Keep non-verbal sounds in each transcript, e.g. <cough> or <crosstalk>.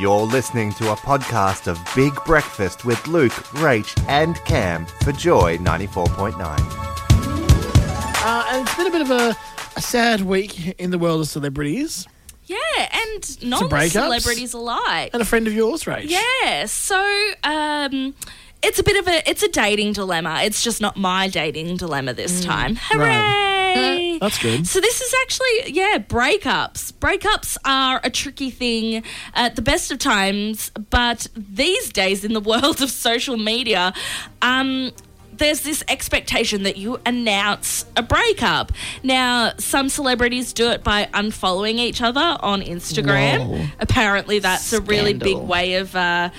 You're listening to a podcast of Big Breakfast with Luke, Rach, and Cam for Joy 94.9. Uh, and it's been a bit of a, a sad week in the world of celebrities. Yeah, and non-celebrities alike. And a friend of yours, Rach. Yeah, so um, it's a bit of a it's a dating dilemma. It's just not my dating dilemma this time. Hooray! Mm. Uh, That's good. So this is actually yeah breakups. Breakups are a tricky thing at the best of times, but these days in the <laughs> world of social media, um, there's this expectation that you announce a breakup. Now some celebrities do it by unfollowing each other on Instagram. Whoa. Apparently that's a really big Scandal. way of. Uh,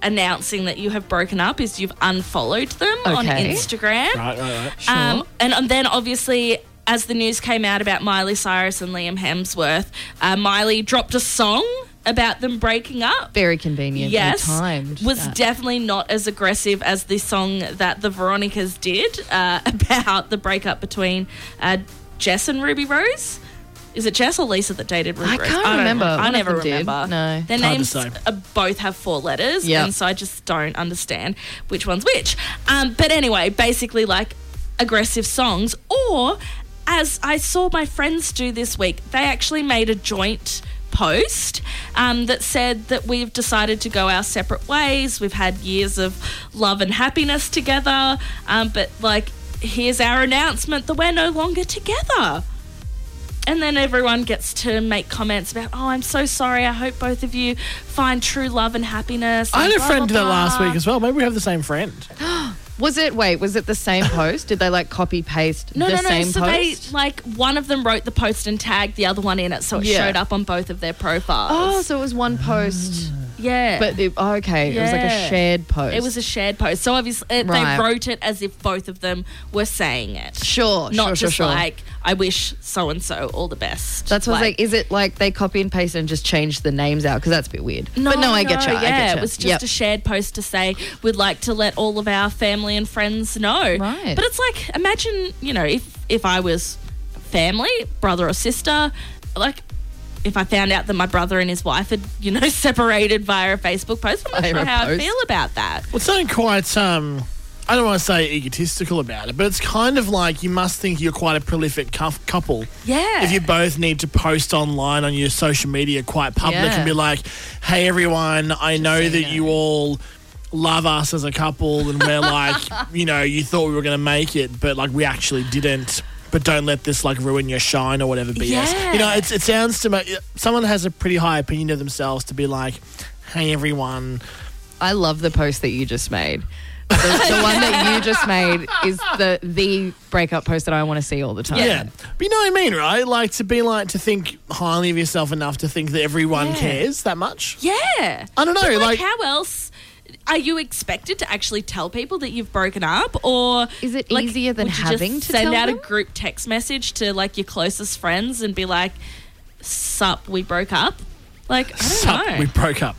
announcing that you have broken up is you've unfollowed them on Okay. Instagram. Right, right, right. Sure. Um, and, and then obviously, as the news came out about Miley Cyrus and Liam Hemsworth, uh, Miley dropped a song about them breaking up. Very convenient. Yes, timed. Uh, was that. definitely not as aggressive as the song that the Veronicas did uh, <laughs> about the breakup between uh, Jess and Ruby Rose. Is it Jess or Lisa that dated Ruby I Rose? can't don't remember. know. I One of never them did. remember. No. their It's hard to names say. uh, both have four letters, Yep. and so I just don't understand which one's which. Um, but anyway, basically like aggressive songs, or as I saw my friends do this week, they actually made a joint post um, that said that we've decided to go our separate ways. We've had years of love and happiness together, um, but like here's our announcement that we're no longer together. And then everyone gets to make comments about, oh, I'm so sorry. I hope both of you find true love and happiness. I had and a blah, friend do blah, that last blah. week as well. Maybe we have the same friend. Was it? Wait, was it the same post? Did they like copy paste No, the no, no. same so post? they like one of them wrote the post and tagged the other one in it, so it Yeah. showed up on both of their Oh, profiles. so it was one post, yeah. but it, oh, okay, it was like a Ah. Yeah. shared post. it was a shared post, so obviously uh, Right. they wrote it as if both of them were saying it. sure, not sure, just sure, sure. like I wish so and so all the best. That's what I was like. Is it like they copy and paste and just change the names out? Because that's a bit weird. but no, I get you. Yeah, I get you. it was just Yep. a shared post to say we'd like to let all of our family and friends know. Right. But it's like imagine you know if if I was family, brother or sister, like. If I found out that my brother and his wife had, you know, <laughs> separated via a Facebook post, I'm not Via sure a how post. I feel about that. Well, it's something quite, um, I don't want to say egotistical about it, but it's kind of like you must think you're quite a prolific cou- couple. Yeah. If you both need to post online on your social media quite public Yeah. and be like, hey, everyone, I know so that you know." you all love us as a couple and <laughs> we're like, you know, you thought we were going to make it, but like we actually didn't. But don't let this like ruin your shine or whatever BS. You know, Yeah. it's, it sounds to me, someone has a pretty high opinion of themselves to be like, hey, everyone, I love the post that you just made. The, <laughs> the one that you just made is the the breakup post that I want to see all the time. Yeah. But you know what I mean, right? Like to be like to think highly of yourself enough to think that everyone Yeah. cares that much. Yeah. I don't know, But, like- like, how else are you expected to actually tell people that you've broken up, or Is it like, easier than would you having just to send tell out them? a group text message to like your closest friends and be like, "Sup, we broke up." Like I don't Sup, know. we broke up.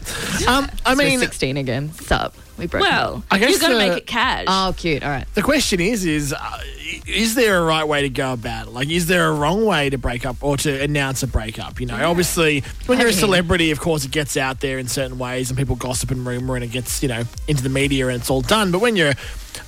Um, I I mean, 16 again. Sup. We broke well, I guess you got to the- um, make it cash. up. Oh, cute. All right. the question is, is uh, is there a right way to go about it? Like, is there a wrong way to break up or to announce a breakup? You know, obviously, when you're a Hey. celebrity, of course, it gets out there in certain ways, and people gossip and rumor, and it gets you know into the media, and it's all done. But when you're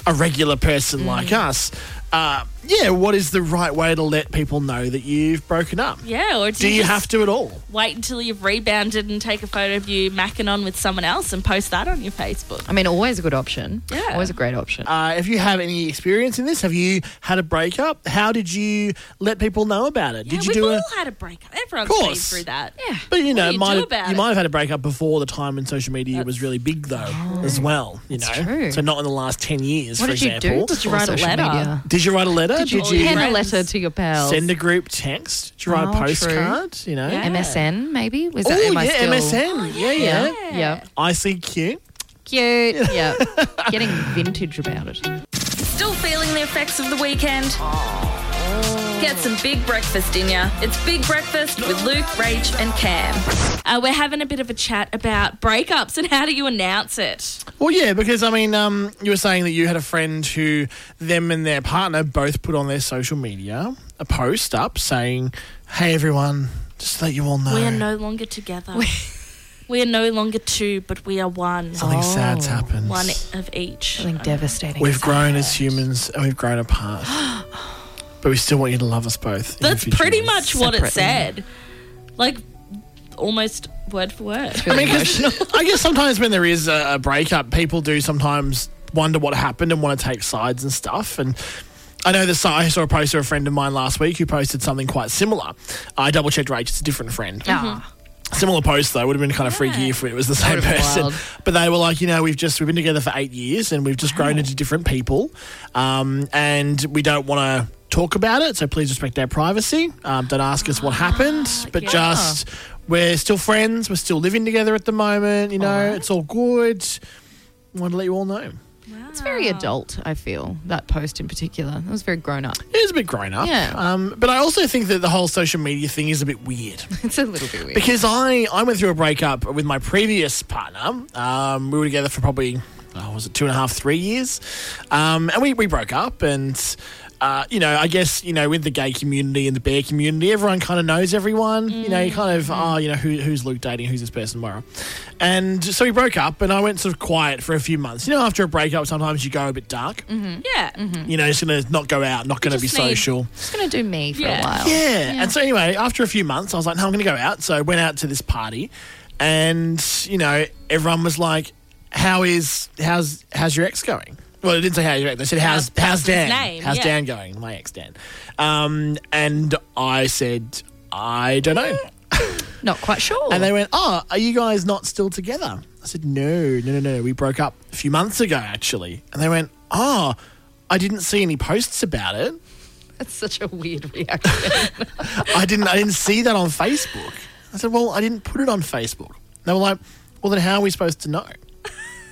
a regular Mm. person like us, uh, yeah, what is the right way to let people know that you've broken up? yeah, or do, Do you just have to at all? wait until you've rebounded and take a photo of you macking on with someone else and post that on your Facebook? I mean, always a good option. Yeah. Always a great option. Uh, if you have any experience in this, have you had a breakup? How did you let people know about it? yeah, did you we've do all a? had a breakup. Everyone's Course. been through that. Yeah. But you know, do you might do have, about you it? might have had a breakup before the time when social media was really big, though, as well. You know, true. so not in the last ten years, what for did example. you do? Did you Or write a social letter? media. Did you write a letter? Did you, Did you pen a write- letter to your pals? send a group text? Did you write Oh, a true. postcard? You know, Yeah. MSN maybe? Was oh that am I yeah, still- MSN, yeah, yeah. Yeah. yeah. ICQ. Cute. Yeah. <laughs> Getting vintage about it. Still feeling the effects of the weekend? Get some big breakfast in ya. It's Big Breakfast with Luke, Rach, and Cam. Uh, we're having a bit of a chat about breakups and how do you announce it? Well, yeah, because I mean, um, you were saying that you had a friend who them and their partner both put on their social media a post up saying, "Hey, everyone, just to let you all know, We are no longer together. We are no longer two, but we are one. Something Oh. sad's happened. One of each. Something devastating. We've grown as humans and we've grown <gasps> apart. but we still want you to love us both. in the That's future. pretty much what it Separately. said. Like, almost word for word. I mean, 'cause <laughs> I guess sometimes when there is a, a breakup, people do sometimes wonder what happened and want to take sides and stuff. And I know this. I saw a post of a friend of mine last week who posted something quite similar. I double checked Rach; it's a different Oh. friend. Ah, Mm-hmm. Similar post though would have been kind of freaky if it was the same That would've been person. wild. <laughs> But they were like, you know, we've just we've been together for eight years and we've just grown into different people, um, and we don't want to talk about it. So please respect our privacy. Um, don't ask us what Ah, happened, but yeah. just we're still friends. We're still living together at the moment. You know, it's all good. I want to let you all know. It's very adult, I feel, that post in particular. That was very grown up. <laughs> It is a bit grown up. Yeah. Um, but I also think that the whole social media thing is a bit weird. It's a little bit weird. Because I, I went through a breakup with my previous partner. Um, we were together for probably, oh, was it two and a half, three years? Um, and we, we broke up. And, uh, you know, I guess, you know, with the gay community and the bear community, everyone kind of knows everyone. You know, you kind of, oh, you know, who, who's Luke dating? Who's this person? Where? And so we broke up and I went sort of quiet for a few months. You know, after a breakup, sometimes you go a bit dark. Yeah. Mm-hmm. You know, just going to not go out, not going to be just need- social. it's going to do me for Oh, Yeah. a while. Yeah. And so anyway, after a few months, I was like, no, I'm going to go out. So I went out to this party, and you know, everyone was like, "How is how's how's your ex going?" Well, they didn't say how's your ex. They said, "How's How's- how's what's his Dan? name?" How's Yeah. Dan going? My ex Dan." Um, and I said, "I don't know." Not quite sure. And they went, "Oh, are you guys not still together?" I said, "No, no, no, no. We broke up a few months ago, actually." And they went, "Oh, I didn't see any posts about it. That's such a weird reaction. I didn't I didn't see that on Facebook. I said, Well, I didn't put it on Facebook. They were like, Well then how are we supposed to know?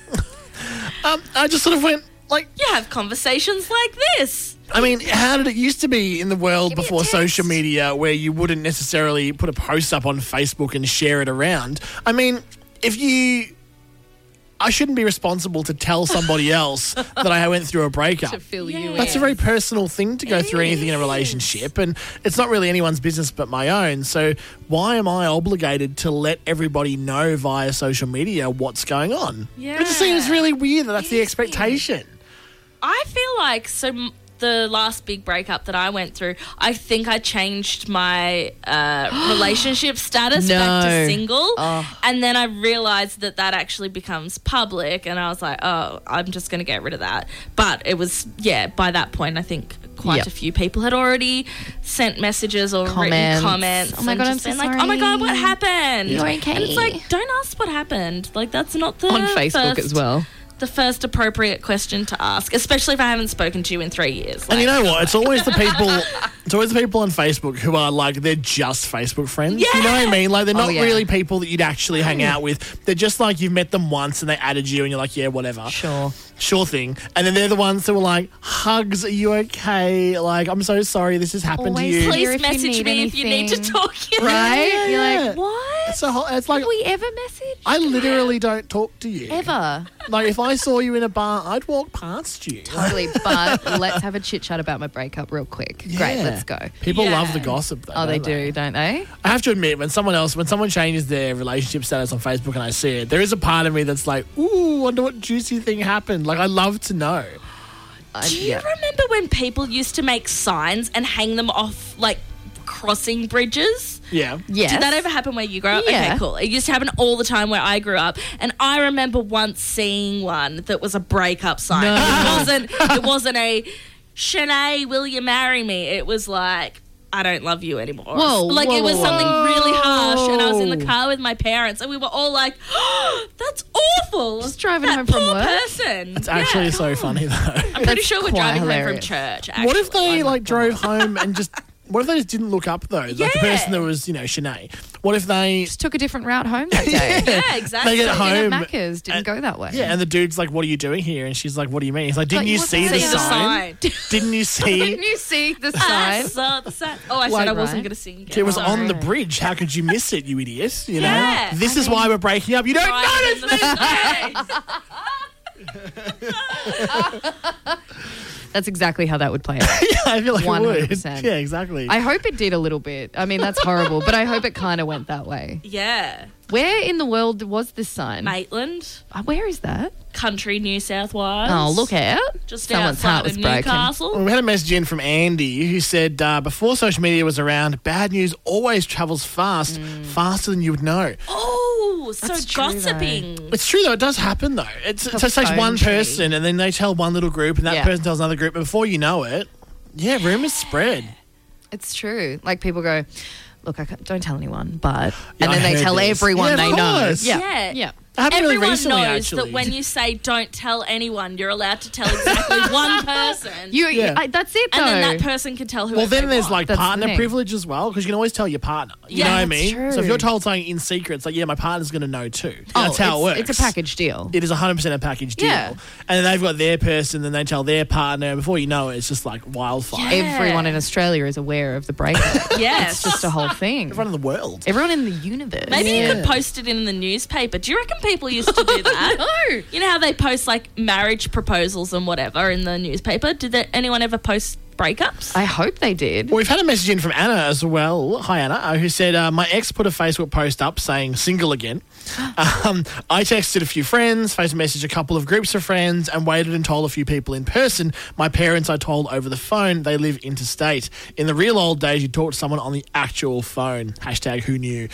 <laughs> um, I just sort of went like You have conversations like this. I mean, how did it used to be in the world me a before text. social media where you wouldn't necessarily put a post up on Facebook and share it around? I mean, if you I shouldn't be responsible to tell somebody else that I went through a <laughs> breakup. <laughs> to fill Yeah. you in. That's a very personal thing to go It through anything in a is. relationship, and it's not really anyone's business but my own. So, why am I obligated to let everybody know via social media what's going on? It just seems Yeah. really weird that that's the is expectation. I feel like so. m- The last big breakup that I went through, I think I changed my <gasps> uh, relationship status back No. to single, Oh. and then I realized that that actually becomes public, and I was like, oh, I'm just going to get rid of that. But it was yeah. By that point, I think quite Yep. a few people had already sent messages or Comments. written comments. Oh my and God, I'm just so been like, oh my god, what sorry. happened? You're And okay. it's like, don't ask what happened. Like that's not the on Facebook first- as well. the first appropriate question to ask, especially if I haven't spoken to you in three years. And you Like, know what? It's always the people. It's always the people on Facebook who are like they're just Facebook friends. You know what I mean? Like they're Oh, not yeah. really people that you'd actually hang out with. They're just like you've met them once and they added you, and you're like, yeah, whatever. Sure. Sure thing. And then they're the ones that were like, hugs, are you okay? Like, I'm so sorry this has happened Always to you. clear please if you message need me if you need to anything. talk. Right? You're Yeah. <laughs> like, What? It's, a whole, it's like, have we ever message? I literally don't talk to you. Ever. Like, if I saw you in a bar, I'd walk past you. <laughs> Really, but let's have a chit chat about my breakup real quick. Great, Yeah. let's go. People Yeah. love the gossip, though. Oh, they don't do, <laughs> don't they? I have to admit, when someone else, when someone changes their relationship status on Facebook and I see it, there is a part of me that's like, ooh, wonder what juicy thing happened. Like, I love to know. I- Do you yeah. remember when people used to make signs and hang them off like crossing bridges? Yeah. Yes. Did that ever happen where you grew up? Yeah. Okay, cool. It used to happen all the time where I grew up, and I remember once seeing one that was a breakup sign. No. It wasn't. It wasn't a Shanae, will you marry me? It was like. I don't love you anymore. Whoa, like whoa, it was whoa, something whoa. really harsh, and I was in the car with my parents, and we were all like, <gasps> oh, "That's awful." Just driving that home from poor work? person. It's actually so funny, though. I'm pretty That's sure we're quite driving home from hilarious. church. <laughs> What if actually. they like drove home and just? What if they just didn't look up though? Like the Yeah. person that was, you know, Shanae. What if they? Just took a different route home that day. Yeah, They exactly. get home. Dinner Macca's didn't go that way. <laughs> Yeah, and the dude's like, "What are you doing here?" And she's like, "What do you mean?" He's like, "Didn't you you wasn't see the seeing the sign? Didn't you Didn't see?" you <laughs> see the I sign? saw the sign. Oh, I Like, said I wasn't right? going to sing. Again. It was Sorry. on the bridge. How could you miss it, you idiot? You know, Yeah, this is why we're breaking up. You don't Right in notice. the sky. That's exactly how that would play out. yeah, <laughs> I feel like it would. 100%. Yeah, exactly. I hope it did a little bit. I mean, that's horrible, but I hope it kind of went that way. <laughs> yeah. Where in the world was this sign? Maitland, Uh, Where is that? country New South Wales. Oh, look out. Just Someone's outside heart was of broken. Mm. Newcastle. We had a message in from Andy who said, uh, before social media was around, bad news always travels fast, faster than you would know. Oh, so That's true, gossiping. It's true though; it does happen though. It's, it just takes phone one tree. person, and then they tell one little group, and that Yeah. person tells another group, and before you know it, yeah, rumors spread. It's true. Like people go, look, I can't, don't tell anyone, but Yeah, and I then they heard tell this. everyone Yeah, of they know. course. Yeah. yeah, It happened really Everyone recently, knows actually. that when you say "don't tell anyone," you're allowed to tell exactly <laughs> one person, You, Yeah. I, that's it though. and then that person can tell who. Well, then there's like That's the partner thing. privilege as well, because you can always tell your partner. You Yeah, know what I that's mean? So if true. you're told something in secret, it's like, yeah, my partner's going to know too. Oh, That's how it's- it works. It's a package deal. It is 100% a package deal. Yeah. And then they've got their person, then they tell their partner. and Before you know it, it's just like wildfire. Yeah. Everyone in Australia is aware of the breakup. <laughs> yes. it's just a whole thing. Everyone in the world. Everyone in the universe. Maybe you could Yeah. post it in the newspaper. Do you reckon people used to <laughs> do that? No. You know how they post like marriage proposals and whatever in the newspaper? Did there, anyone ever post breakups? I hope they did. Well, we've had a message in from Anna as well. Hi, Anna, uh, who said, uh, My ex put a Facebook post up saying single <gasps> again. Um, I texted a few friends, Facebook messaged a couple of groups of friends, and waited and told a few people in person. My parents I told over the phone. They live interstate. In the real old days, you talked to someone on the actual phone. Hashtag who knew.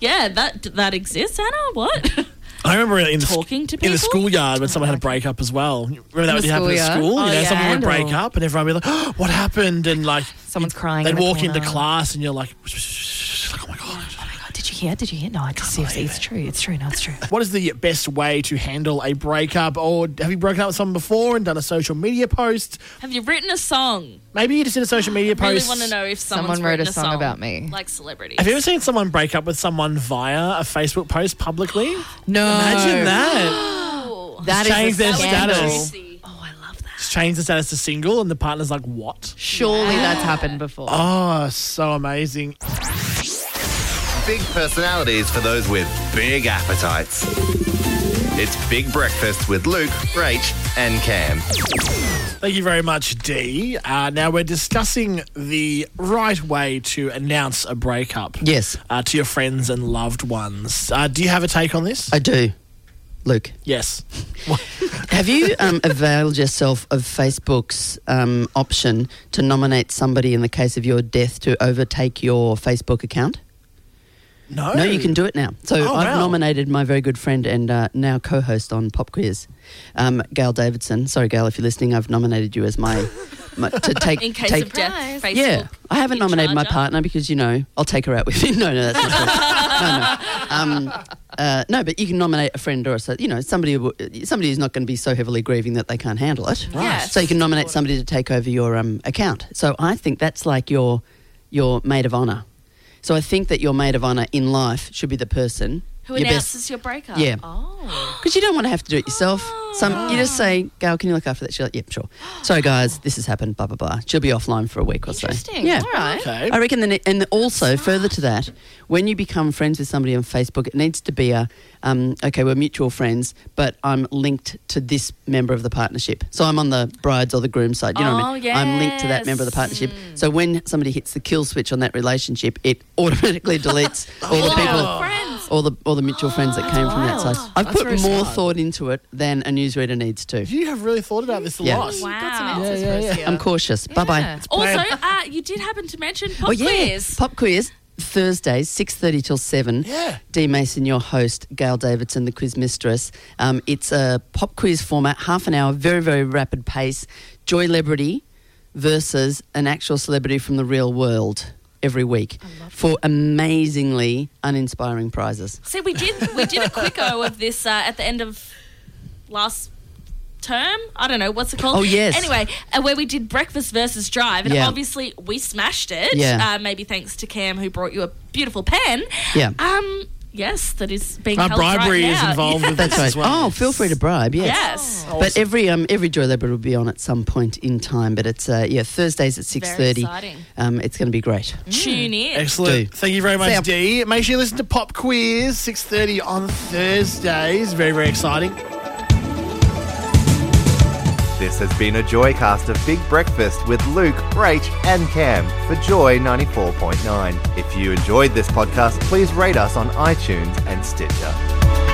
yeah, that that exists, Anna. <laughs> What? I remember in the, sc- Talking to in the people? schoolyard when someone had a breakup as well. Remember that the would happen at schoolyard? school? Oh, you know, yeah. someone would break Scandal. up and everyone would be like, <gasps> what happened? And like, Someone's crying. they'd in the walk into corner. class and you're like, <laughs> like, oh my God. Oh, did you hear? Did you hear? No, I just seriously, it's true. It's true. No, it's true. What is the best way to handle a breakup? Or have you broken up with someone before and done a social media post? Have you written a song? Maybe you just did a social media I really post. want to know if Someone someone's wrote written a song about me. like celebrities. Have you ever seen someone break up with someone via a Facebook post <gasps> publicly? No, Imagine that. That is Change a their That would be scandal. status. juicy. Oh, I love that. Just change the status to single, and the partner's like, what? Surely that's happened before. Oh, so amazing. Big personalities for those with big appetites. It's Big Breakfast with Luke, Rach, and Cam. Thank you very much, Dee. Uh, now we're discussing the right way to announce a breakup. Yes. Uh, to your friends and loved ones. Uh, do you have a take on this? I do. Luke, yes. have you <laughs> um, availed yourself of Facebook's um, option to nominate somebody in the case of your death to overtake your Facebook account? No. No, you can do it now. So Oh, I've wow. nominated my very good friend and uh, now co host on Pop Quiz, um, Gail Davidson. Sorry, Gail, if you're listening, I've nominated you as my. my <laughs> to take, In case take, of death, Facebook. Yeah, I in haven't nominated my charge up? partner because you know I'll take her out with you. <laughs> No, no, that's not true. no, no. Um, uh, no, but you can nominate a friend or a, so- you know somebody who- somebody who's not going to be so heavily grieving that they can't handle it. Right. So you can nominate somebody to take over your um, account. So I think that's like your your maid of honor. So I think that your maid of honor in life should be the person Who your announces your breakup? Yeah. Oh. because you don't want to have to do it yourself. Some you just say, "Gail, can you look after that?" She's like, "Yep, sure." Sorry, guys, this has happened. Blah blah blah. She'll be offline for a week or <gasps> so. Interesting. Yeah. All right. Okay. I reckon, the ne- and also further to that, when you become friends with somebody on Facebook, it needs to be a um, okay, we're mutual friends, but I'm linked to this member of the partnership. So I'm on the bride's or the groom's side. You know what I Oh, mean? I'm linked to that member of the partnership. Hmm. So when somebody hits the kill switch on that relationship, it <laughs> automatically deletes all the All your people. friends. All the all the mutual friends that came from that wild. side. I've That's put very more smart. thought into it than a newsreader needs to. You have really thought about this a Yeah. lot. Got some Wow. answers Yeah, yeah, for us yeah. here. I'm cautious. Bye bye. Yeah. Also, uh, you did happen to mention pop Oh yeah, quiz. pop quiz Thursdays six thirty till seven. Yeah. Dee Mason, your host, Gail Davidson, the quiz mistress. Um, it's a pop quiz format, half an hour, very very rapid pace. Joy Celebrity versus an actual celebrity from the real world every week for amazingly uninspiring prizes. See, we did we did a <laughs> quicko of this uh, at the end of last term. I don't know what's it called. Oh, yes. Anyway, uh, where we did breakfast versus drive, and Yeah. obviously we smashed it. Yeah. Uh, maybe thanks to Cam who brought you a beautiful pen. Yeah. Um. Yes, that is being Uh, held bribery right is now. involved with <laughs> That's this right. as well. Oh, feel free to bribe. Yes. Yes. But every um, every Joy Labrador will be on at some point in time. But it's uh, yeah Thursdays at six thirty. exciting. Um, it's going to be great. Tune in. Excellent. Dee. Thank you very much, Sam. Dee. Make sure you listen to Pop Quiz, 6.30 on Thursdays. Very, very exciting. This has been a Joycast of Big Breakfast with Luke, Rach, and Cam for Joy 94.9. If you enjoyed this podcast, please rate us on iTunes and Stitcher.